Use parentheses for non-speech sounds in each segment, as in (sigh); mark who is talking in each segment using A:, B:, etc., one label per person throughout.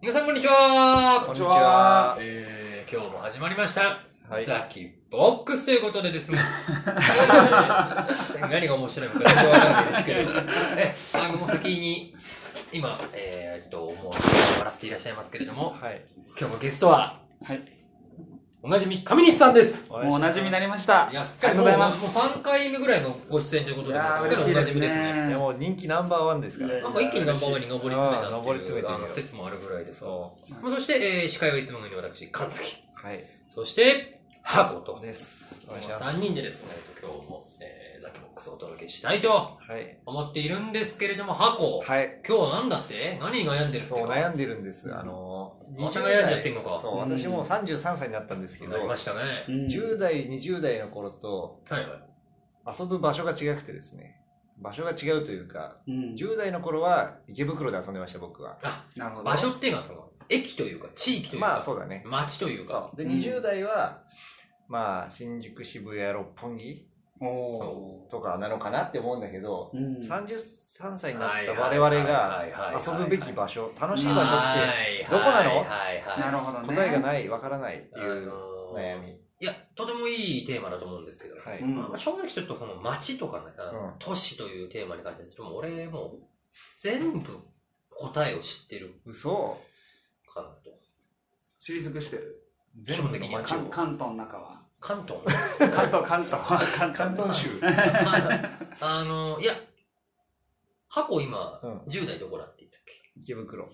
A: 皆さんこんにちは
B: こんにちは
A: えー、今日も始まりました。
B: はい
A: ザキボックスということでですね。えー何が面白いのかよくわかんないですけど。え、あの、もう先に、今、えー、っと、もう、笑っていらっしゃいますけれども、
B: はい。
A: 今日のゲストは、
C: はい。
A: おなじみ、上西さんです。
C: もうお馴染みになりました
A: い。や、すっかり
C: ありがとうございます
A: もうもう3回目ぐらいのご出演ということで、
B: い
A: す
B: やー
A: っかりおなじみですね。
B: いやもう人気ナンバーワンですから。
C: いやい
A: なん
C: や
A: か一気にナンバーワンに上り詰めた
B: あー
A: って
B: 上り
A: い
B: 詰め
A: う
B: てる
A: あ
B: よ
A: の説もあるぐらいですが
B: そ
A: まあそして、えー司会をいつものように私、神月。
B: う。はい。
A: そして、箱と。
B: です。
A: こ
B: お願
A: の
B: いします。
A: 3人でですね、今日も、えー、ザキボックスをお届けしたいと
B: はい。
A: 思っているんですけれども、箱、
B: はい。
A: 今日は何だって何に悩んでるって
B: そう、悩んでるんです。あのー、
A: 兄ちゃんが悩んじゃってんのか
B: そう、
C: うん
B: 私もう33歳になったんですけど
A: な、りましたね。
C: うん
B: 10代、20代の頃と
A: はいはい。
B: 遊ぶ場所が違くてですね、場所が違うというか、
C: うん
B: 10代の頃は池袋で遊んでました、僕は。
A: あ、
C: なるほど。
A: 場所っていうのはその、駅というか、地域というか、
B: まあ、そうだね。
A: 町というか
B: そ、う。で、
C: うん
B: 20代は、まあ、新宿、渋谷、六本木
C: おお
B: とかなのかなって思うんだけど、
C: ー。うん
B: 33歳になった我々が遊ぶべき場所、楽しい場所っ
A: って
B: どこなの
A: はいはい
C: なるほど
B: て
C: ね。
B: 答えが
C: い。
B: ない、わからないって
A: あ
B: い
A: の
B: う
A: ー
B: 悩み。
A: いや、とてもいいテーマだと思うんですけど、
B: はい。
C: うん
A: まあ、正直ちょっとこの街とかね、あの
B: うん
A: 都市というテーマに関しては、ちょっともう俺もう全部答えを知ってる
B: 嘘
A: かなと。
C: 知り尽くしてる。
B: 全部の街を。
C: 関関東の中は。
A: 関
B: (laughs)
A: 東
C: 関東、関東。関
B: 関東州。
A: のあの、いや、箱今、
B: うん
A: 10代どこだって言ったっけ
B: (laughs) 池袋。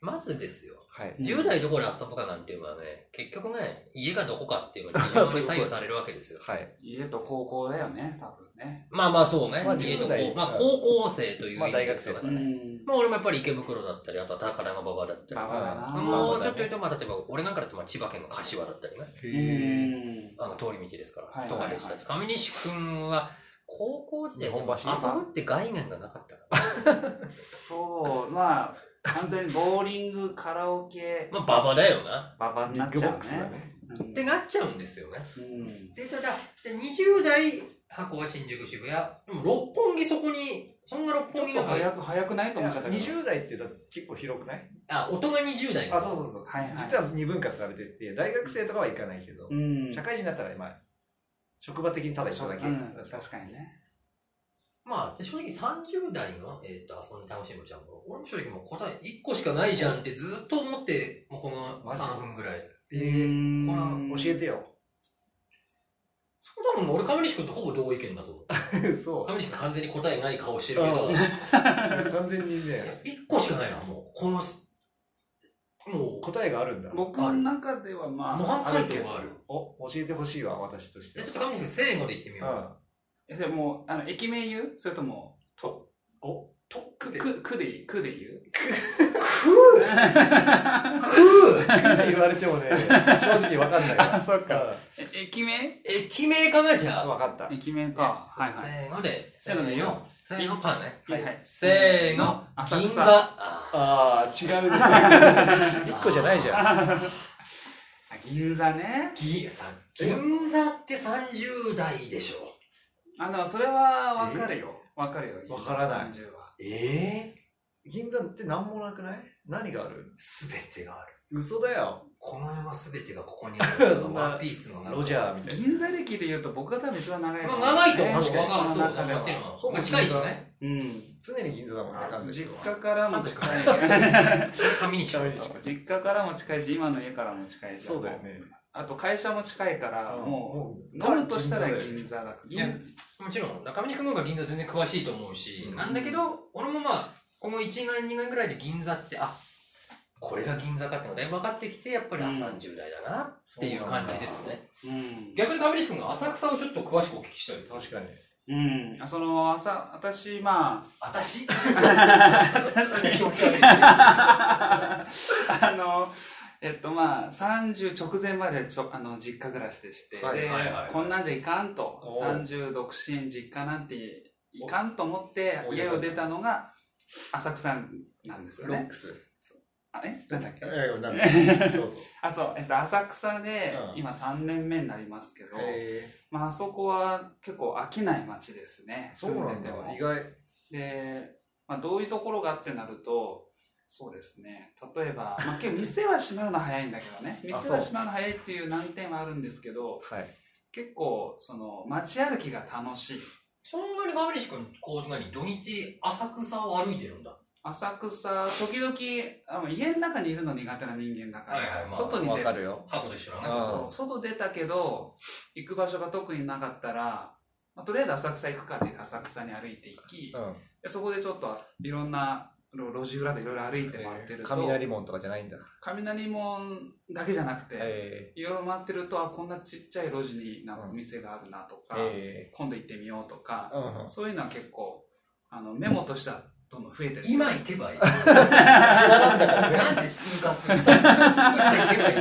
A: まずですよ。
B: はい。
C: うん
A: 10代どこで遊ぶかなんていうのはね、結局ね、家がどこかっていうの
B: (laughs)
A: に非常に左右されるわけですよ。
B: はい。
C: 家と高校だよね、多分ね。
A: まあまあそうね、
B: まあ
A: 家と
B: 10代
A: こうまあ高校生という
B: まあ
A: 意味です
B: 大学生だ
A: からね。
C: ん。
A: まあ俺もやっぱり池袋だったり、あとは宝の馬場だったり。
C: 馬場だな。
B: うん
A: も
B: 馬
A: う
B: 場
A: ちょっ
B: だね
A: と言うと、まあ例えば俺なんかだとまあ千葉県の柏だったりね。
B: へ
C: う
B: ー
C: ん。
A: あの通り道ですから。
C: はい
A: そうでしたし。上西くんは高校時代で
B: 日
A: も
B: 本橋
A: 遊ぶって概念がなかったから。
C: そう、まあ、完全にボーリング、カラオケ、
A: まあ馬場だよな。
C: ババに
B: ビ
C: な
B: ッ
C: っ
B: グ
C: ち
B: ボ
C: ゃ
B: ックス
C: う
B: だ
C: ね。
B: ね。
C: うん
A: ってなっちゃうんですよね。
C: うん。
A: で、ただ、で20代、箱は新宿渋谷。でも六本木そこに、そんな六
C: ちょ
A: 本木
C: っと
A: の方
C: 早く、早くないと思っちゃったけど。
B: 20代ってだって結構広くない
A: あ、大人20代の
B: あ、そうそうそう。
C: はいはい。
B: 実は二分割されてて、大学生とかは行かないけど
C: う、ん。
B: 社会人になったら今、職場的にただ一緒だけ
C: う。ん確かにね。
A: まあ、で正直30代の、えー、と遊んで楽しむちゃんも、俺も正直もう答え1個しかないじゃんってずっと思って、もうこの
B: マジ
A: 3分ぐらい。
B: えー
A: こ
B: 教
A: の
B: えてよ。 (laughs)
A: 多分俺、亀西君とほぼ同意見だと思う。
B: そ
A: 亀西君完全に答えない顔してるけど
B: う、う。完全にね、
A: 1個しかないな、もう。この、もう、
B: 答えがあるんだ。
C: 僕の中ではまあ、
A: 模範解答がある。
B: お、教えてほしいわ、私とし
A: じ
B: て
A: ゃ
B: は。
A: あちょっと亀西君、せーので言ってみよう。
C: え、それもう、あの、駅名言うそれとも、
B: と、お、
A: とっくで。く
C: く、くでいい、くで言う
A: ーくー
B: 言われても (laughs) ね、正直わかんないわ。
C: そっ
B: う。ん
C: え駅名
A: 駅名かな、じゃあ。
B: わかった。
C: 駅名か。はいは
A: せ
C: い。
A: ーので、
C: せーので言おう
A: せーの、パンね。
C: はい
B: は
C: はいい。
A: せーの、
C: 浅
A: 銀
C: 草
A: 座。あー
B: ああ、違うね。 (laughs) 一個じゃないじゃん。
C: あ銀座ね。
A: ぎさ銀座って30代でしょ
C: あの、それはわかるよ。わかるよ。
B: わからない
C: 銀座30は。
A: ええ
B: 銀座って何もなくない何がある
A: すべてがある
B: 嘘だよ。
A: この世のすべてがここにある
B: (laughs) そんな
A: ワンピースの中
B: ロジャーみたいな。
C: 銀座歴で言うと僕が多分一番長いですね。
A: まあ長いと思う
B: 確かに
A: わかるそう
C: この中では
A: もちろん
B: ほぼ
A: まあ近いしね
C: うん。
B: 常に銀座だもんね、完全
C: 実
B: に
C: 家からも
A: まずこれ
C: 近い。
A: それ紙にします
C: そう実家からも近いし、今の家からも近いし。
B: そうだよね。
C: あと会社も近いから、もう、
B: ザ
C: 飲むとしたら
B: 銀座だよ
C: 銀座だから。
A: いや
C: 銀
A: もちろん中身君の方が銀座全然詳しいと思うし、
B: うん
A: なんだけど俺もまあこの1年2年ぐらいで銀座ってあこれが銀座かってのがだいぶ分かってきてやっぱりあ
C: うん
A: 30代だなっていう感じですね、
C: うん。
A: 逆に上西君が浅草をちょっと詳しくお聞きしたいです
B: 確かに。
C: うん。あその、朝、私、ま
A: (laughs) 私
C: あ、
A: 気
C: 私、
A: 持ち悪い
C: あの、えっとまあ、30直前までちょあの実家暮らしてして、
B: はい
C: で
A: はいはい
C: こんなんじゃいかんと
B: お、
C: 30独身、実家なんていかんと思って
B: お
C: 家を出たのが浅草なんですよ
B: ロッ
C: ね。
B: クス。
C: あえなんだっけ
B: え、なんだ (laughs) どうぞ。
C: あ、そう、えっと、浅草で
B: うん
C: 今3年目になりますけど、
B: え
C: まああそこは結構飽きない街ですね、
B: ー、そ
C: 住
B: うんな
C: で
B: んだ
C: ても。
B: 意外。
C: で、まあ、どういうところがってなると、そうですね。例えば、まあ、結構店は閉まるの早いんだけどね。
B: (laughs)
C: 店
B: あ
C: は
B: そう
C: 閉まるの早いっていう難点はあるんですけど、
B: はい。
C: 結構、その、街歩きが楽しい。
A: そんなに川西君、こう、何、土日、浅草を歩いてるんだ。
C: 浅草、時々、あの家の中にいるの苦手な人間だから、
A: はいはいまあ
C: 外に
B: わ
C: 出
B: かるよ。
A: ハブと一緒だな、
B: あー
A: そう
C: そう外出たけど、行く場所が特になかったら、まあ、とりあえず浅草行くかって言って浅草に歩いていき、
B: う
C: でそこでちょっといろんな路路地裏でいろいろ歩いて回ってる
B: ん。
C: と、
B: 雷門とかじゃないんだ。
C: 雷門だけじゃなくて、
B: え
C: いろいろ回ってるとあこんなちっちゃい路地になんかお店があるなと
B: ー
C: か、
B: え
C: 今度行ってみようと
B: ー。
C: か、
B: うん。
C: そういうのは結構あのメモとしてはどんどん増えてる
A: 今行けばいい。なんで通過するの今行けばいい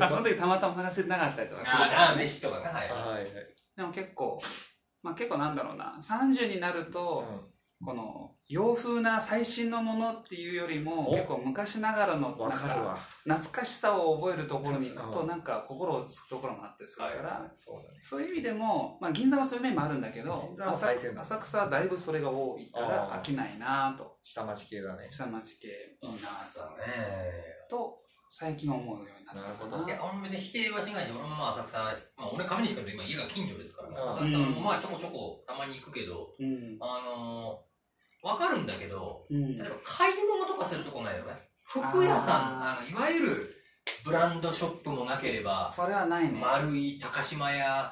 C: あその時たまたま話せてなかったりとかする
A: ああ、飯とかね、はい。
B: はいはい。
C: でも結構、まあ、結構なんだろうな30になると、この洋風な最新のものっていうよりも
B: お
C: 結構昔ながらの
B: うんわ
C: なん
B: かるわ。
C: 懐かしさを覚えるところに行くと
B: うん
C: なんか心をつくところもあってするから、
B: そうだね。
C: そういう意味でも、まあ、銀座はそういう面もあるんだけど
B: 銀座は
C: 浅
B: 最先端
C: 浅草はだいぶそれが多いか
B: あ
C: ら
B: ー
C: 飽きないなぁと
B: 下町系だね。
C: 下町系いいなぁ
A: そうね。
C: と最近思うようになったかない
A: や、俺別に否定はしないし、俺もまあ浅草、まあ俺上西君と今家が近所ですから、
B: うん
A: 浅草もまあちょこちょこたまに行くけど、
C: うん
A: あのー、わかるんだけど、
C: うん
A: 例えば買い物とかするとこないよね。服屋さん、あ
C: あ
A: の、いわゆるブランドショップもなければ、
C: それはないね
A: 丸い高島屋、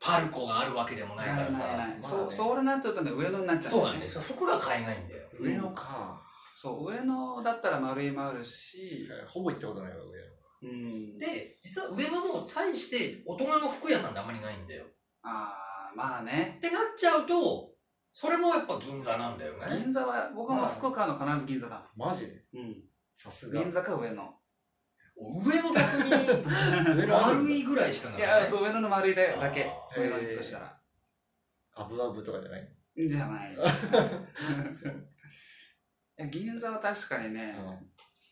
A: パルコがあるわけでもない
C: な
A: か
C: い
A: ら
C: ない
A: さ、
C: ない、
B: まあ
C: そう
B: ね
C: そうなってるとね上野になっちゃう
A: そうなんだよ。服が買えないんだよ。
C: うん
B: 上野か。
C: そう上野だったら丸いもあるし、
B: ほぼ行ったことないわ、上野。
C: うん、
A: で、実は上野も対して大人の服屋さんってあんまりないんだよ。
C: ああまあね
A: ってなっちゃうと、それもやっぱ銀座なんだよね。
C: 銀座は僕も福岡の必ず銀座だ、
B: マジで
C: うん、
B: さすが。
C: 銀座か上野
A: 上野逆
C: (laughs)
A: に
B: 上野あるん
A: 丸
B: だ
A: いぐらいしかないくない。
C: やそう上野の丸いだよだけ
A: あ
B: ー
C: 上野に行くとしたら
B: アブアブとかじゃない
C: いいんじ
B: (laughs)
C: ゃないいや銀座は確かにね、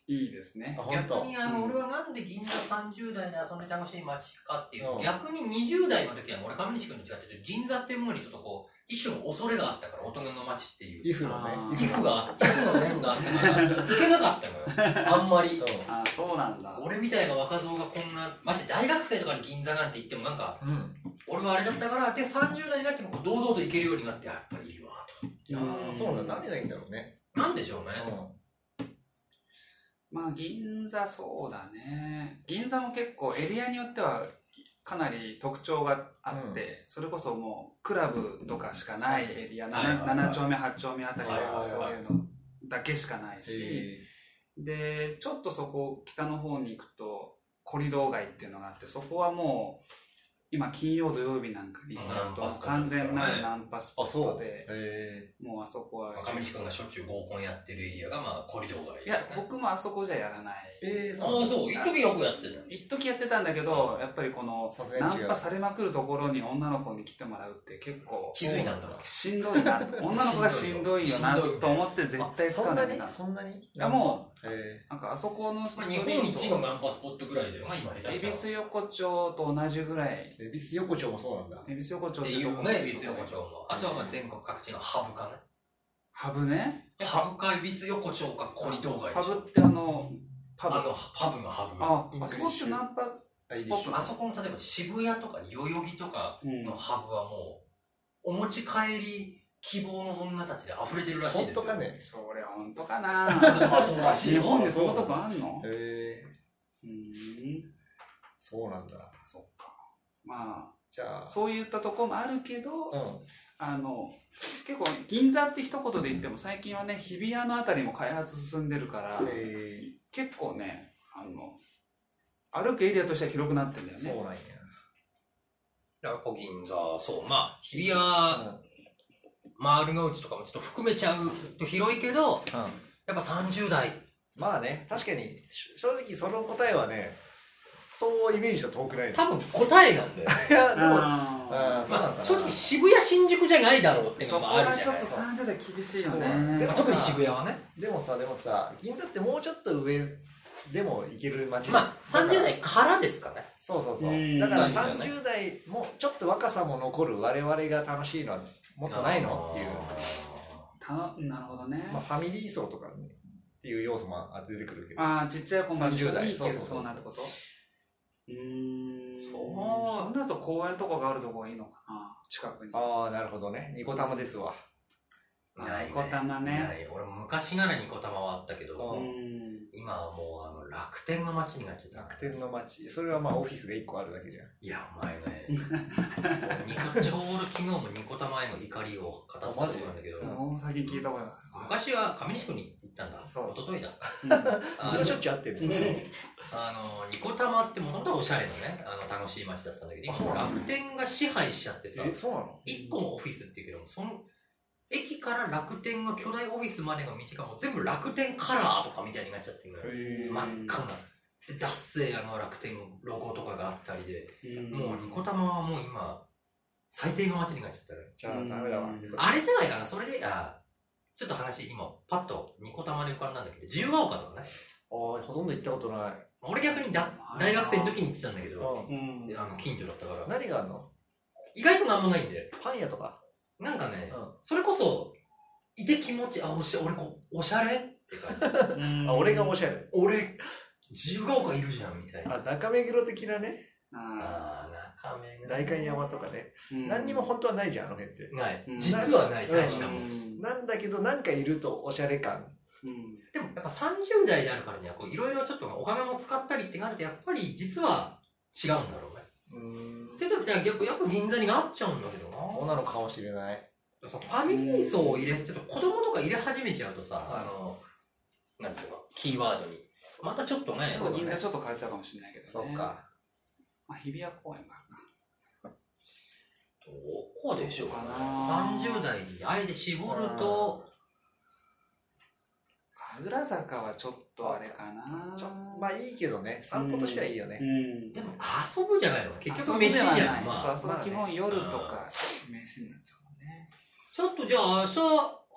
C: いいですね
B: あ、ほん
A: 逆
B: と。
A: にあの、
C: うん
A: 俺はなんで銀座30代で遊んで楽しい街かっていうと、
B: うん
A: 逆に20代の時は俺上西君に違ってて銀座っていうものにちょっとこう一種の恐れがあったから大人の街っていう
B: イフのね
C: あ。ー
A: 皮膚が皮膚の面があったから行けなかったのよあん
C: (laughs)
A: まり
B: う
C: あそうなんだ
A: 俺みたいな若造がこんなまして大学生とかに銀座なんて言ってもなんか
B: ん。うん。
A: 俺はあれだったからで30代になってもこう堂々と行けるようになってやっぱいいわ
B: ああ、そうなんだ。何がいいんだろうね。
A: となんでしょうね、
B: う
C: まあ銀座そうだね銀座も結構エリアによってはかなり特徴があって、
B: う
C: それこそもうクラブとかしかないエリア、
A: はい
C: 七
A: はい
C: 七丁目8丁目あたり
A: はいはい
C: は
A: はい
C: そういうのだけしかないし、
B: え
C: でちょっとそこ北の方に行くとコリドー街っていうのがあってそこはもう今金曜土曜日なんかに行っちゃう
A: ナンパ
C: と
A: スポット
C: 完
A: ですからね
C: 全なるナンパスポットで
B: え
C: もうあそこは
A: 上西君がしょっちゅう合コンやってるエリアがまあコリドー街
C: い
A: で
C: や
A: すね
C: 僕もあそこじゃやらない
B: えー
A: ああそう一時よくやってたじゃん
C: 一時やってたんだけどやっぱりこの
B: さすが
C: ナ
B: に違
C: ン
B: う
C: パ。されまくるところに女の子に来てもらうって結構
A: 気づいたんだな
C: しんどいな
A: (laughs)
C: と女の子がしんどいよな
A: しんどいよ
C: と思って絶対使わないな
B: あそんなにそんなに
C: いやも
B: う。え
C: なんかあそこのス
A: まあ
C: ト
A: 日
C: リート
A: 本一のナンパスポットぐらいだよな、今下手した
C: 恵比
A: ら。
C: 寿横丁と同じぐらい
B: ー。恵比寿横丁もそうなんだ。
C: 恵比寿横丁
A: ってい
C: と
A: う
C: こ
A: ね、恵比寿横丁も。あとはまあ全国各地のハブかね。
C: ハブね
A: えハブか恵比寿横丁かコリドー街
C: ハ
A: でし
C: ブ
A: ょ
C: ってあのパ
A: あ
C: ブ
A: の、パブのハブ。あ
C: ああそこってナンパスポットなの
A: そこの例えば渋谷とか代々木とか
C: うん
A: のハブはもう、お持ち帰り希望の女たちで溢れてるらしい
B: 本
A: ですよ。
B: 当かね。
C: それ本当
A: で
C: か
A: も (laughs)
C: な
A: あそうらしい
C: 日
A: よ。
C: 本でそんなとこあ
A: (laughs)
C: んの
B: ええ。
C: うーん
B: そうなんだ。
C: そっかま
B: じゃ
C: あ
B: あ。
C: そういったとこもあるけど
B: うん。
C: あの結構銀座って一言で言っても最近はね日比谷のあたりも開発進んでるから
B: え
C: 結構ねあの歩くエリアとしては広くなってんだよ
B: え。
C: ね
B: そうなんや。
A: やっぱ銀座、そう、まあ、日比谷、丸の内とかもちょっと含めちゃうと広いけど、
B: うん。うん
A: やっぱ30代。
B: まあね、確かに、し正直その答えはね、そうイメージと遠くない。
A: 多分答えなんだよ。
B: (laughs) いや、でも、うん
C: あ
B: そうなん
A: ま
B: だ
A: あ、
B: な。
A: 正直渋谷新宿じゃないだろうっ
C: ー
A: ていう
C: そ
A: の
C: こ
A: もある
C: は
A: じ
C: ち
A: ゃ
C: ょ
A: な
C: っ
A: い
C: と
A: ですか、
C: 30代厳しいよ
B: そうなんだ
C: ね
A: まあ特に渋谷はね
B: でもさ、でもさ、銀座ってもうちょっと上でも行ける街じゃん
A: まあ30代からですかね
B: そうそうそうう。
C: ん
B: だから
A: そうなんだよ
B: 30代もちょっと若さも残る我々が楽しいのはもっとないのっていう。
C: たのなるほどね、
B: まあファミリー層とかね。っていう要素もあ出てくるけど。
C: ああ、ちっちゃい子も一緒
B: 30代
C: に行
B: そうそ
C: ける
B: うそう
C: そうなってことうーん。
B: そう
C: そんなと公園とかがあるとこがいいのかな近くに。
B: ああ、なるほどね。ニコ玉ですわ。
A: ない
C: ニコ玉ね
A: ない俺も昔ならニコ玉はあったけ
B: う
A: ど、
C: うん。
A: 今はもうあの楽天の街になっちゃった。
B: 楽天の街。それはまあオフィスが1個あるだけじゃん。
A: いや、お前ね、ニコちょうど昨日もニコ玉への怒りを語ってたところなんだけど、
C: 僕も最近聞いたことがあ
A: 昔は上西区に行ったんだ。
C: そう
A: 一昨
B: (laughs)
A: 日だ。
C: る。
A: あ
B: それはしょ
A: の
B: っちゅうあってる
C: うん
A: あの、ニコ玉ってもともとはおしゃれなね、あの、楽しい街だったんだけど、
B: あそう
A: 今
B: なの
A: 楽天が支配しちゃってさ、
B: え、そうなの
A: 一個のオフィスっていうけども、その、駅から楽天の巨大オフィスまでの道がもう全部楽天カラーとかみたいになっちゃってるのよ。
B: へ
C: ー
A: 真っ赤な。で、脱製あの楽天のロゴとかがあったりで、もうニコ玉はもう今、最低の街になっちゃったね。
B: じゃあダメだわ。
C: うん
A: あれじゃないかな、それで、あちょっと話、今、パッとニコ玉で浮かんだんだけど、自由が丘とかね。
B: ああ、ほとんど行ったことない。
A: 俺逆にだ大学生の時に行ってたんだけど、
B: う
C: うん。
A: あの近所だったか
B: ん。
A: ら、
B: 何があんの
A: 意外となんもないんだよ。
B: パン屋とか。
A: なんかね、
B: うん
A: それこそ、いて気持ち、あ、おしゃ、俺こ、おしゃれって感じ。 (laughs)
C: うん
B: あ、俺がおしゃれ。
A: 俺、自由が丘いるじゃん、みたいな。
B: あ、中目黒的なね。
C: あ
A: あー、中目
B: 代官山とかね。
C: ーうん
B: 何にも本当はないじゃん、あの辺って。
A: ない
C: うん。
A: 実はない、
B: うん
A: 大したもん。
B: なんだけど、なんかいるとおしゃれ感。
C: うん
A: でも、やっぱ30代であるからには、こう、いろいろちょっとお金も使ったりってなると、やっぱり実は違うんだろうね。
B: うーん。
A: って時はやっぱやっぱ銀座になっちゃうんだけど
B: そう
A: な。
B: なのかもしれない。
A: そうファミリー層を入れ、ちょっと子供とか入れ始めちゃうとさ、あの、なんつうの、キーワードに。またちょっとね、
C: そう、銀
A: ね
C: 座ちょっと変えちゃうかもしれないけどね。
B: そうか。
C: まあ、日比谷公園か
A: どこでしょうかね
C: どこかな
A: 30代にあえて絞ると、
C: 神楽坂はちょっとあれかな。
B: ちょまあいいけどね、散歩としてはいいよね。
C: うん。
A: でも遊ぶじゃないの結局
C: 遊ぶ
A: 飯
C: ではない
A: じゃん。ま
B: そう
A: あ、
B: 遊ぶ
C: ま
B: は
C: あ
B: ね
C: 基本夜とか飯になっちゃうもんね。
A: ちょっとじゃあ明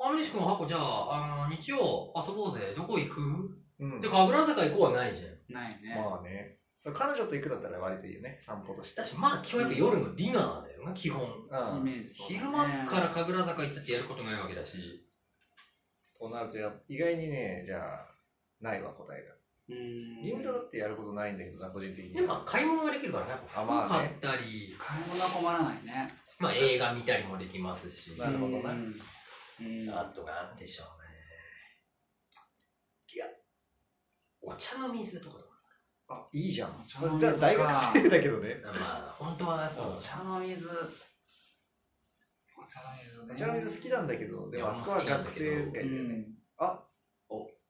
A: 日、アミシ君、ハコ、じゃあ、あの、日曜遊ぼうぜ。どこ行く
B: うん
A: で、神楽坂行こうはないじゃん。
C: ないね。
B: まあね。そう彼女と行くだったら割といいよね、散歩として
A: だ。し、まあ、基本やっぱ夜のディナーだよな、基本。
B: う
C: イ
B: ん
C: メ。ージそうだね
A: 昼間から神楽坂行ったってやることないわけだし。
B: となるとや、意外にね、じゃあ、ないわ、答えが。
C: うん
B: 銀座だってやることないんだけどな、個人的に
A: で、
B: は。
A: まあ、買い物ができるからね。やっぱ
B: あまあ
A: 買っ
B: ね
A: たり、
C: 買い物は困らないね。
A: まあ、映画見たりもできますし。
B: なるほどね
C: うん。
A: あとなんでしょうね。いや、お茶の水とかだ
B: あ、いいじゃん。
C: 茶の水
B: じゃあ大学生だけどね。
A: まあ、本当はそう
C: お。茶の水。お茶の水ね。
B: お茶の水好きなんだけど、で
A: い
B: も
A: や
B: あそこは学生街だよ
C: う
B: ね。
C: ん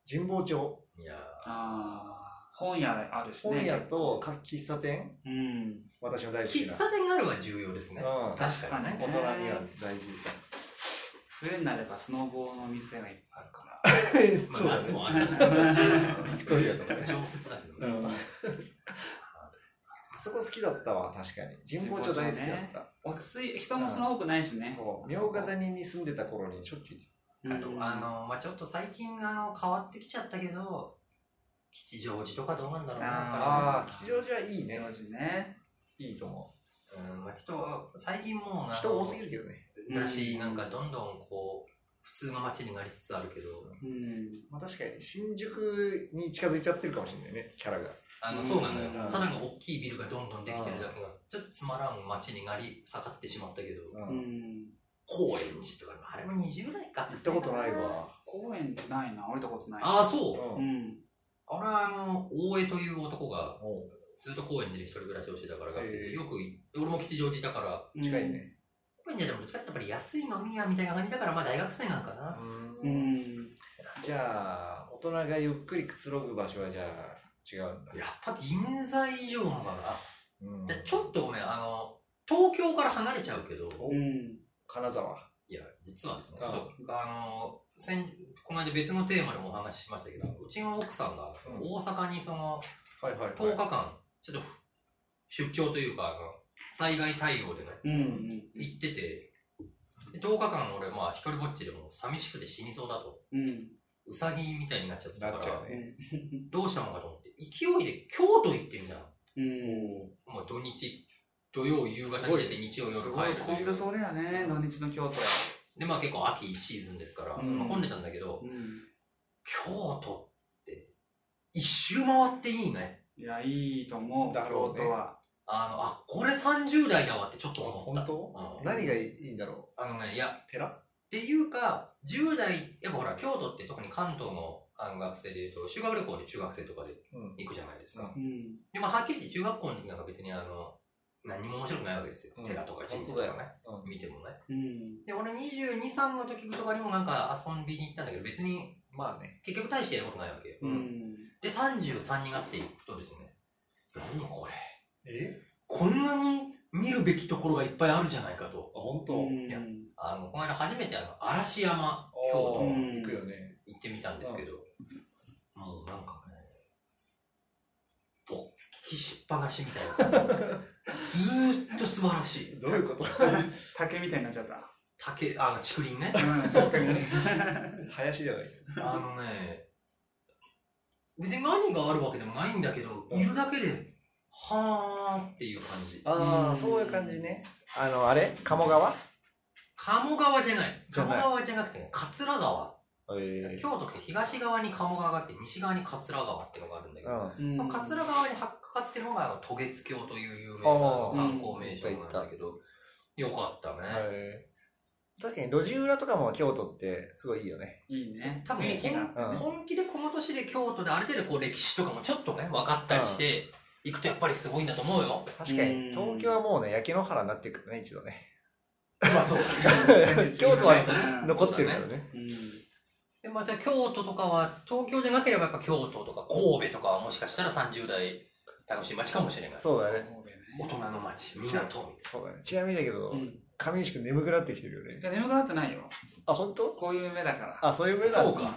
B: 神保町。
A: いや
C: ああ、本屋あるしね。
B: 本屋とか喫茶店
C: うん。
B: 私の大
A: ー
B: 好き
A: 喫
B: な。
A: 茶店があるは重要ですね。
B: うん
A: 確かにね。
C: 確
B: 大
C: か
B: 人には大事。
C: 冬になればスノボーの店がいっぱいあるから。
A: まあ、
B: そうだ
A: 夏
B: ね。
A: もある。 (laughs)
B: ビクトリアとかね。
A: 常設だけどね。
C: うん
B: あそこ好きだったわ、確かに。神保町大好きだ
C: 神
B: っ
C: 落ち着い、人もそんな多くないしね
B: た。。そう。明ヶ谷に住んでた頃にしょっちゅう行って
A: あと、あの、まあちょっと最近、あの、変わってきちゃったけど、吉祥寺とかどうなんだろうな。やっ
C: あー
A: ぱりね
B: ああ、吉祥寺はい
C: い
B: いね。
C: ね。
B: いいと思
A: うん、まあちょっと、最近もう
B: う。
A: な、
B: 人多すぎるけどね。
A: だし、
C: うん
A: なんかどんどんこう、普通の街になりつつあるけど、
C: うん。
B: まあ確かに、新宿に近づいちゃってるかもしれないね、キャラが。
A: あの、
C: うん
A: そうなのよ
B: うん。
A: ただの大きいビルがどんどんできてるだけが、ちょっとつまらん街になり下がってしまったけど、
B: う。
C: うんん。
A: 高円寺とか、あれも20代か。
B: 行ったことない。わ。
C: 公園じゃないな、降りたことない。
A: ああ、そう。
B: う。
C: うんん。
A: あれはあの、大江という男が、
B: おう
A: ずっと高円寺で一人暮らしをしてたから、学生
B: へ
A: で
B: え
A: よく行っ、俺も吉祥寺だから、
B: 近い。ね。
A: 高円寺でもどっちかっていうとやっぱり安い飲み屋みたいな感じだから、まあ大学生なんかな。
C: う
B: うん
C: ん。
B: じゃあ、大人がゆっくりくつろぐ場所はじゃあ、違うんだ。
A: やっぱ銀座以上のかな。
B: うん
A: でちょっとごめん、あの、東京から離れちゃうけど、
B: お
C: うん。
B: 金沢。
A: いや、実はですね、
B: ああ
A: ちょっとあの先日この間別のテーマでもお話ししましたけど、うちの奥さんが
B: うん
A: 大阪にその
B: はいはい
A: 10日
B: は
A: 間、ちょっと出張というか、あの災害対応でね、
C: うん。
A: 行ってて、で10日間俺、まあ、一人ぼっちでもう寂しくて死にそうだと、
C: うん。
A: うさぎみたいになっちゃってたか
B: なっちゃ
A: ら
B: う、ね
A: どうしたのかと思って、勢いで京都行ってんじゃん。
C: うん。
A: もう土日、土曜夕方に出て日曜夜
C: す
A: 帰
C: ごい
A: ると
C: 混ん
A: いう
C: でそうだよね、土日の京都。
A: で、まあ結構秋シーズンですから、
C: うん
A: まあ混んでたんだけど、
C: うん。
A: 京都って、一周回っていいね。
C: いや、いいと思う、
B: だろうね
C: 京都は。
A: あの、あ、これ30代だわってちょっと思った。
B: 本当
A: うん
B: 何がいいんだろ
A: あのね、いや、っ
B: う寺
A: ていうか、10代、やっぱほら、京都って特に関東のあの学生でいうと、修学旅行で中学生とかで
B: うん。
A: 行くじゃないですか。
C: うん。
A: でも、はっきり言って中学校の時なんか別にあの、何も面白くないわけですよ。
B: うん
A: 寺とか神社と
B: 本当
A: か
B: だ
A: ね
B: よ。うん
A: 見てもね。
C: うん。
A: で、俺22、3の時とかにもなんか遊びに行ったんだけど、別に
B: まあね。
A: 結局大してやることないわけよ。
B: うん
C: うん。
A: で、33になっていくとですね、何これ
B: え
A: こんなに見るべきところがいっぱいあるじゃないか
B: あ、
A: と。
B: 本当
C: うん
A: いやあの、この間初めてあの、嵐山、京
B: あ
A: 都
B: ー行くよね。
A: 行ってみたんですけど、もうなんかね、勃起しっぱなしみたい
B: (laughs)
A: な。ずーっと素晴らしい。
B: どういうこと
C: (laughs) 竹みたいになっちゃった。
A: 竹、あの、竹林ね。
C: うん、そうかね。
B: (laughs) 林じゃない。
A: あのね、別に何があるわけでもないんだけど、
B: うん
A: いるだけで、はーっていう感じ。
B: あ
C: う
B: あ、
C: ん
B: そういう感じね。あの、あれ鴨川
A: 鴨川じゃない。
B: じゃ
A: 鴨
B: ない
A: 川じゃなくてね、桂川。
B: え
A: 京都って東側に鴨川があって、西側に桂川っていうのがあるんだけど、
B: うん。
C: うん
A: その桂川にはっかかってるのが、あの渡月橋という有名な
B: あー
A: 観光名所なんだけど、よかったね。
B: へー確かに路地裏とかも京都ってすごいいいよね。
C: いいね。
A: 多分
C: 雰囲気が。
A: ほん
B: うん
A: 本気でこの年で京都である程度こう歴史とかもちょっとね、分かったりして、行くとやっぱりすごいんだと思うよ。
B: 確かに
C: うん
B: 東京はもうね、焼け野原になっていくからね、一度ね。
A: まあそう (laughs)
B: 京都は
C: うん
B: 残ってるからね。
C: うん
A: でまた京都とかは、東京じゃなければやっぱ京都とか神戸とかはもしかしたら30代楽しい街かもしれない。
B: そうだね。
C: 神戸ね
A: 大人の街、港。
B: そうだね。ちなみにだけど
C: う、ん
B: 上西くん眠くなってきてるよ
C: い
B: ね。
C: や眠くなってないよ。
B: あ、本当？
C: こういう目だから。
B: あ、そういうぐらいだ。
A: そうか。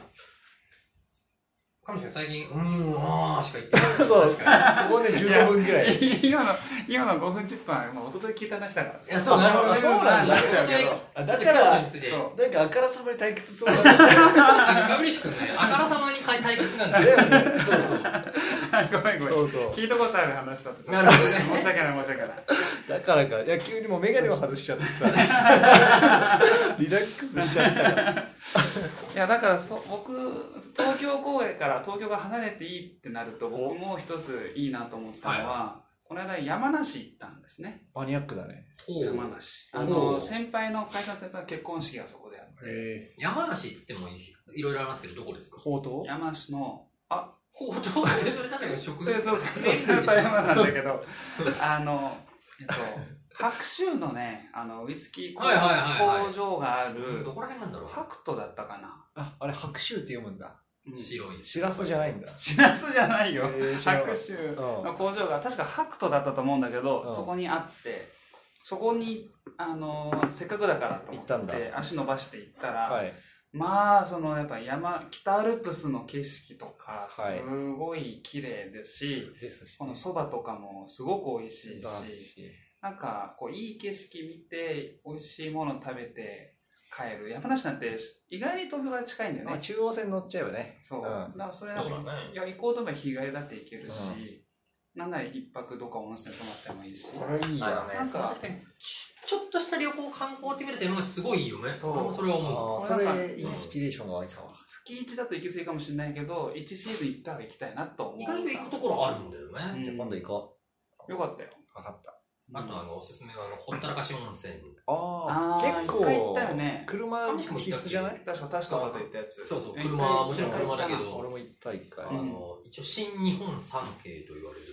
A: 彼女最近、うーん、あーしか言 (laughs) ってない。
B: そう
A: 確か
B: ここで15分ぐ (laughs) らい。
C: (laughs) 今の、今の5分10分は、まあ、一昨日聞いた話だから。
A: いやそうなるほど
C: あそうなん
A: (laughs)
C: だ。
A: そうなんだ
C: なっちゃうけど
B: あ
A: に。
B: だから、
A: について。
C: そ
B: なんかあからさまに対決そうだ
A: あの、ガブリッシュ君ね、あからさまに対決なんだよ。そうそう。
C: う。ごめんごめん。
B: そうそう。
C: 聞いたことある話だった。
A: なるほどね
C: 申し訳ない、申し訳ない。
B: だからか、いや、急にもうメガネを外しちゃってさ、 (laughs) リラックスしちゃったから。
C: いや、だからそ、僕、東京公演から東京が離れていいってなると、
B: お
C: 僕もう一ついいなと思ったのは、この間山梨行ったんですね。
B: マニアックだね。
A: ほう
C: 山梨。あ
A: お
C: の、
A: う
C: 先輩の、会社の先輩の結婚式がそこであって、
B: え
A: 山梨っつってもいろいろありますけど、どこです
B: ー、
A: か
B: ほうと
C: 山梨の、
A: ほうとうってそれだけど食
C: そうそうそうそう、スーパー山なんだけど、 (laughs) あの、えっと、白州のね、あの、ウイスキー工
A: はいはいはいはい
C: 工場がある
A: ど、こら辺なんだろう
C: 白都だったかな。
B: あ、あれ、白州って読むんだ。
C: うん
A: 白い。
B: しらすじゃないんだ。
C: しらすじゃない
B: え
C: よ。
B: ー、知らなか
C: 白
B: っ
C: 州
B: た
C: の工場が確か白都だったと思うんだけど、
B: うん
C: そこにあってそこにあのーせっかくだからと思
B: 行ったん
C: っ
B: だ
C: て足伸ばして行ったら、
B: うん。はい。
C: まあそのやっぱ山北アルプスの景色とかす
B: はい
C: ごい綺麗ですし、
B: ですし
C: このそばとかもすごく美味しいし
B: だし
C: なんかこういい景色見て美味しいもの食べて帰る山梨なんて意外に東京が近いんだよ
B: まあ、
C: ね
B: 中央線乗っちゃえばね。
C: そう、
B: うん
C: だからそれなんか
A: そうだね
C: いや行こうと思えば日帰りだって行けるし、なんなら一泊どっか温泉泊まってもいいし
B: それいい
A: あ
B: わ
A: の。ね、
C: なんか
A: 確かにちょっとした旅行観光って見ると今すごいいいよね
C: そう
A: 俺もそれは
B: あ
A: 思う
B: ーそれ、インスピレーションが湧いたわ。
C: 月1だと行き過ぎかもしれないけど1シーズン行ったら行きたいなと思う
A: 意外と行くところあるんだよ
C: うん
A: ね、
B: じゃあ今度行こ
C: よかったよ
B: う。わかった。
A: あとあのおすすめはあのほったらかし温泉
B: あ
C: あー
B: ー、結構、
C: 一回行ったよね
B: 車必須じゃない
C: 確か確かと行ったやつ
A: そうそう
C: え
A: 車はもちろん車だけ
C: 一回行っ
A: ど
B: 俺も行った一回。
A: あ
B: あ
C: うん
A: の一応新日本三景と言われる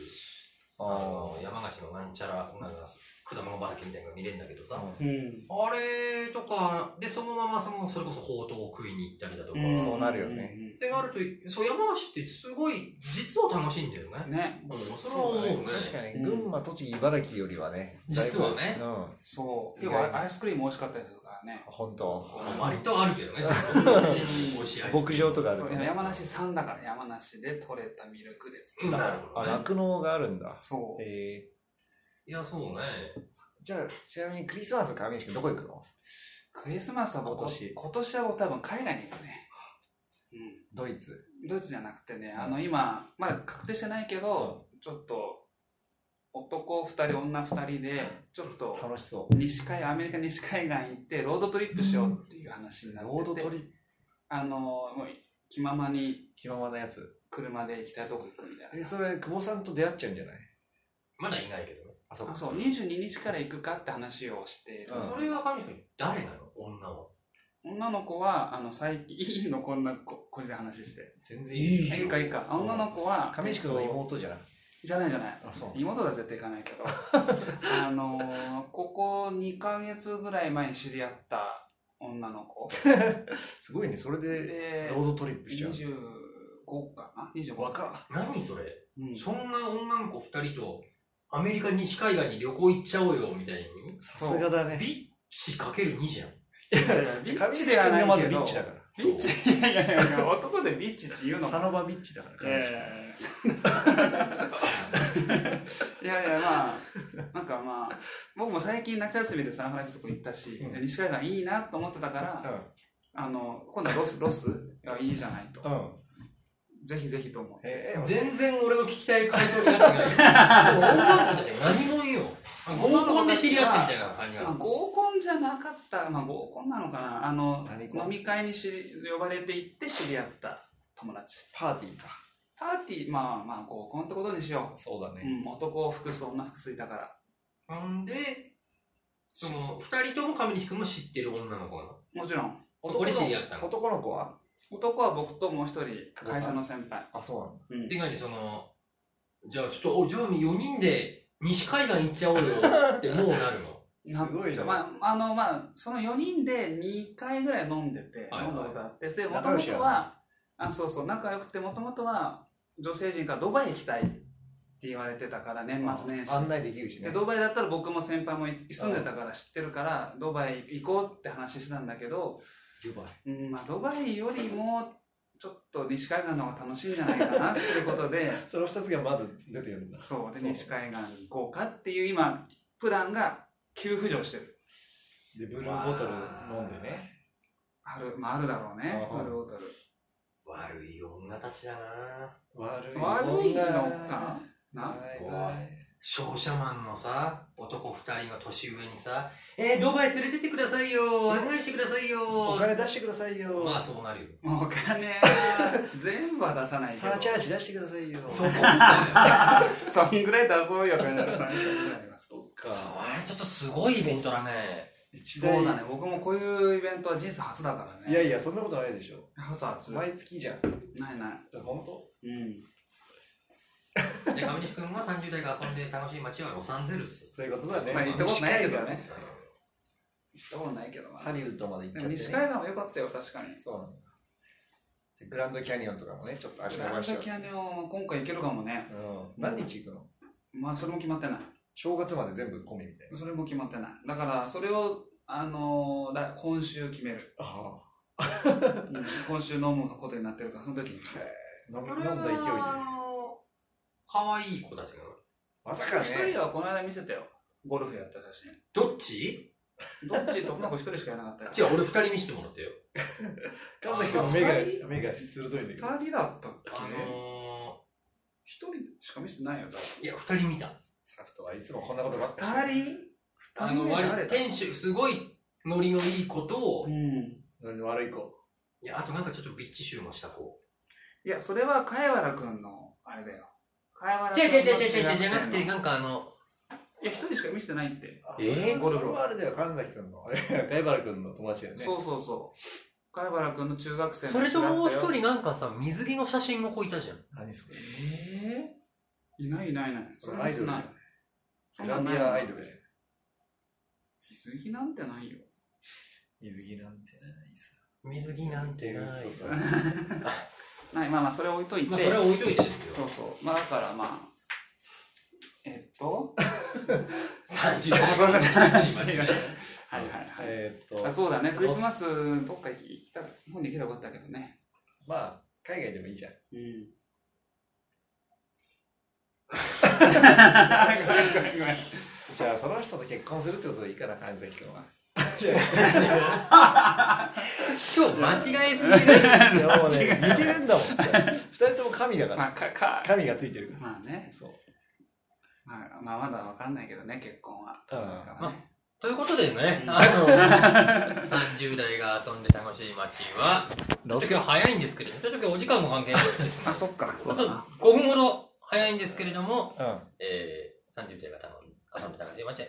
A: あの
B: ー
A: 山梨のなんちゃらなんか果物畑みたいなのが見れるんだけどさ、
B: う
C: たなうん
A: あれとかでそのままそのそれこそほうとうを食いに行ったりだとか、
C: ん
A: っ
B: そうなるよね
A: てなるとそう山梨ってすごい実は楽しいんだよね
C: うんね
A: うんそれは
B: そう
A: 思う
B: だね
A: ね
B: 確か
C: う
B: に
C: ん
B: 群馬、栃木、茨城よりはね、だいぶ
A: 実はね
B: うん、
C: そう
B: 意
C: 結
B: 外に
C: 構アイスクリーム美味しかったりするからね
B: 本当。
A: まあ割とあるけどね、ずっと美味しいアイス
B: 牧場とかある
C: そう
B: と
C: でも
B: ね。
C: 山梨産だから山梨で採れたミルクで作
A: う
C: っ
A: ん
C: た
A: なるほ
B: あ、
A: どね。
B: 酪農があるんだ。
C: そう
B: え
A: いや、そうね。
B: ー、じゃあ、ちなみにクリスマス、上西君どこ行くの
C: クリスマスは僕
B: 今年
C: 今年は僕多分海外に行くね、
B: ドイツ。
C: うん、ドイツじゃなくてね
B: うん
C: あの今まだ確定してないけど、ちょっと男2人女2人でちょっと
B: 楽しそ
C: 西海アメリカ西海岸行ってロードトリップしようっていう話に
B: う。
C: なってて
B: ロードトリップ。
C: あのもう気ままに
B: 気ままなやつ。
C: 車で行きたいとこ行くみたいな。
B: え、それ、久保さんと出会っちゃうんじゃない
A: まだいないけどね。
B: あ、そ
C: あそう、22日から行くかって話をして、
B: うん
A: それは神君、誰なの女は。
C: 女の子は、あの、最近、いいのこんなこ個人で話して。
A: 全
B: 然いい
C: えいいかいいか。あ女の子は、
B: 上石君の妹じゃない
C: じゃないじゃない。
B: あ、そう。
C: 妹は絶対行かないけど (laughs) あのーここ2ヶ月ぐらい前に知り合った女の子
B: すごいね、それで、
C: で
B: ロードトリップしちゃう。
C: 25かな25歳
B: 若っ
A: 何それ
C: うん
A: そんな女の子二人と、アメリカ西海岸に旅行行っちゃおうよ、みたいに。
B: さすがだね。
A: ビッチかける2じゃん。
C: いやいやビッ
B: 上石
C: チでは
B: 君
C: ない
B: が
C: けど
B: まずビッチだか
C: ビッチいやいやいや男でビッチって言う
B: ら。
C: の
B: サノバビッチだから、
C: いやいやいやいやいやまあなんかまあ僕も最近夏休みでサンフランシスコ行ったし、
B: うん
C: で西海岸いいなと思ってたから、あの今度はロスロスいやいいじゃないと、
B: うん。うん。
C: ぜひぜひと思って
B: えー、
A: 全然俺の聞きたい回答にな (laughs) ってない。女の子たち何もいいよ。合コンで知り合ったみたいな感じが
C: まあ、。合コンじゃなかった、まあ、合コンなのかなあの
B: 何コン
C: 飲み会に知り呼ばれて行って知り合った友達
B: パーティーか。
C: パーティーまあまあ合コンってことにしよ
B: そうだ
C: う、う。ん、男服装女服装だから
A: ほんで、その、二人とも上西君も知ってる女の子なの。
C: もちろん
A: そこで知り合ったの。
B: 男の子は
C: 男は僕ともう一人
B: 久保さん
C: 会社の先輩、
B: あ、そうなんだ。
C: うん
A: で、何その、じゃあちょっと、お、じゃあ4人で西海岸行っちゃおうよってもうなるの。
C: な
B: すごいね
C: まあ、あの、まあ、その4人で2回ぐらい飲んでて、
A: はいはい
C: 飲んだことあって、で、もと
B: 仲
C: も
B: 良しや
C: とは、あ、そうそう、仲良くて、もともとは、女性陣からドバイ行きたいって言われてたから、年末年始。
B: 案内できるしね。
C: で、ドバイだったら僕も先輩もい住んでたから知ってるから、ドバイ行こうって話してたんだけど、
A: ドバイ。
C: うん、まあ、ドバイよりも、ちょっと西海岸の方が楽しいんじゃないかなっていうこ
B: (laughs)
C: とで、
B: その二つがまず出てるんだ。
C: そう、で、
B: そう
C: 西海岸に行こうかっていう今、プランが急浮上してる。
B: で、ブルーボトル飲んでね。
C: ある、まああるだろうね、
B: あはい
C: ブルーボトル。
A: (laughs) 悪い女たちだな
B: 悪
C: 悪いのかな
B: ないない
A: 商社マンのさ、男二人が年上にさ、えー、ドバイ連れてってくださいよ案内してください
B: お
A: よ
B: 金出してくださいよ。
A: まあそうなるよ。
B: (laughs)
C: お金は全部は出さないけ
B: サ
C: ど
B: ーチャージ出してくださいよ。
A: そこだよ。
C: そんぐらい出そうよ金田さんみたいになります
B: そっ
A: (laughs) それちょっとすごいイベントだね。
B: 一大
C: そうだね僕もこういうイベントは人生初だからね
B: いやいや、そんなことないでしょ。
C: 初初ない
B: 毎月じゃん。
C: ない
B: 本当
C: うん
A: で、上西君は30代が遊んで楽しい街はロサンゼルス。
B: そういうことだね。
C: まあ行ったことないけどね
A: う
C: どうないけどな
B: ハリウッドまで行っちゃって、ね。
C: 西海岸も良かったよ確かに
B: そうなんだでグランドキャニオンとかもね、ちょっと足
C: グ
B: 伸
C: ラ
B: ば
C: ン
B: しち
C: ド
B: ゃう
C: キ。ャニオン今回行けるかもね
B: うん、何日行くの
C: まあそれも決まってない
B: 正月まで全部込みみたいな。
C: それも決まってないだからそれをあのー来今週決める、
B: ああ。
C: うん (laughs) 今週飲むことになってるからその時に決める
B: 飲み
A: ん
B: 飲んだ勢いで。
A: 可愛い子たちが。
B: まさか
C: 一
B: ね
C: 人。はこの間見せたよゴルフやった写 (laughs) 真
A: どっち
C: どっちと女の子一人しかいなかったよ。
A: じゃあ俺二人見せてもらったよ。
B: 神崎君の目
C: 二
B: が、目が鋭いんだけど。
C: (laughs) 二人だったっけ
A: あの
C: 一、人しか見せてないよ、
A: ー、いや、二人見た。
B: サフトはいつもこんなことばっか
C: 二
B: り。
C: 人
A: あの、割り、
C: 誰だ
A: 店主、すごいノリのいい子と
C: う、ん。
B: ノリの悪い子。
A: いや、あとなんかちょっとビッチ集もした子。
C: いや、それは貝原くんの、あれだよ。貝原くん
A: じゃ
C: の
A: じゃじゃじゃじゃ
C: 中学
A: じ
C: 生
A: ゃ
C: の
A: なくて、なんかあの、
C: いや、一人しか見せてないって。
B: あ
A: えー
B: それは
C: ゴル
B: そ
C: フ
B: れ
C: は
B: はあれだよ、神崎君の。 (laughs) 貝原君の友達だよね。
C: そうそうそう。貝原くんの中学生の
A: それともう一
C: 知らんだよ
A: 人なんかさ、水着の写真の子いたじゃん。
B: 何それ。
C: ええいないいないいない。
B: それアイドルじゃん
C: い。。そん
B: グ
C: な
B: ラ
C: の
B: ビ
C: ない
B: アアイドルだよ。
C: 水着なんてないよ。 (laughs)
B: 水着なんてないさ。
A: 水着なんてない
B: そうそ
A: さ
B: う。
C: ない、まあまあ、それ置いといて。
A: まあ、それは置いといてです
C: そ
A: よ。
C: うそう。まあ、だからまあ、え
A: (laughs)
C: っと、
A: 30
C: そんな話
A: 歳。
C: はいはいはい。
B: えーっと。
C: あそうだね、クリスマスどっか行きたら、日本に行けばよかったけどね。
B: まあ、海外でもいいじゃん。
C: うん。
B: じゃあ、その人と結婚するってことでいいかな、神崎君は。
A: 今日間違えすぎる。
B: (laughs) いや
C: (laughs)
B: もうね、似てるんだもん。二人とも神だか
C: まあ、
B: ら。
C: か、か、
B: 神がついてるから。
C: まあね、
B: そう。
C: まあ、まあ、まだわかんないけどね、結婚は。
B: うん
C: だからね
A: ということでね、
C: うん
A: あの、30代が遊んで楽しい街は、
B: ロ
A: 今日早いんですけれども、ちょっと今日お時間も関係ないですね。
C: あ、そっか、
A: ち
C: そ
A: ょ
C: う
A: っ
C: だ
A: と
C: な。
A: 5分ほど早いんですけれども、
B: うん。
A: えー、30代が多分遊んで楽しい街は、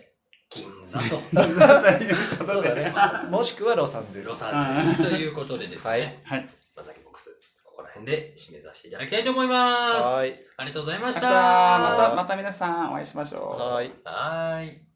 A: 銀座と
B: そうだ
C: (laughs)
B: ね。もしくはロサンゼル
A: ロ
B: ス。
A: サンゼルスということでですね、
B: はい
C: はい
A: まさきボックス、ここら辺で締めさせていただきたいと思います。
B: はーい。
A: ありがとうございま
C: 明
A: し
C: 日、
A: た。
C: また、また皆さんお会いしましょう。
B: はーい。
A: はーい。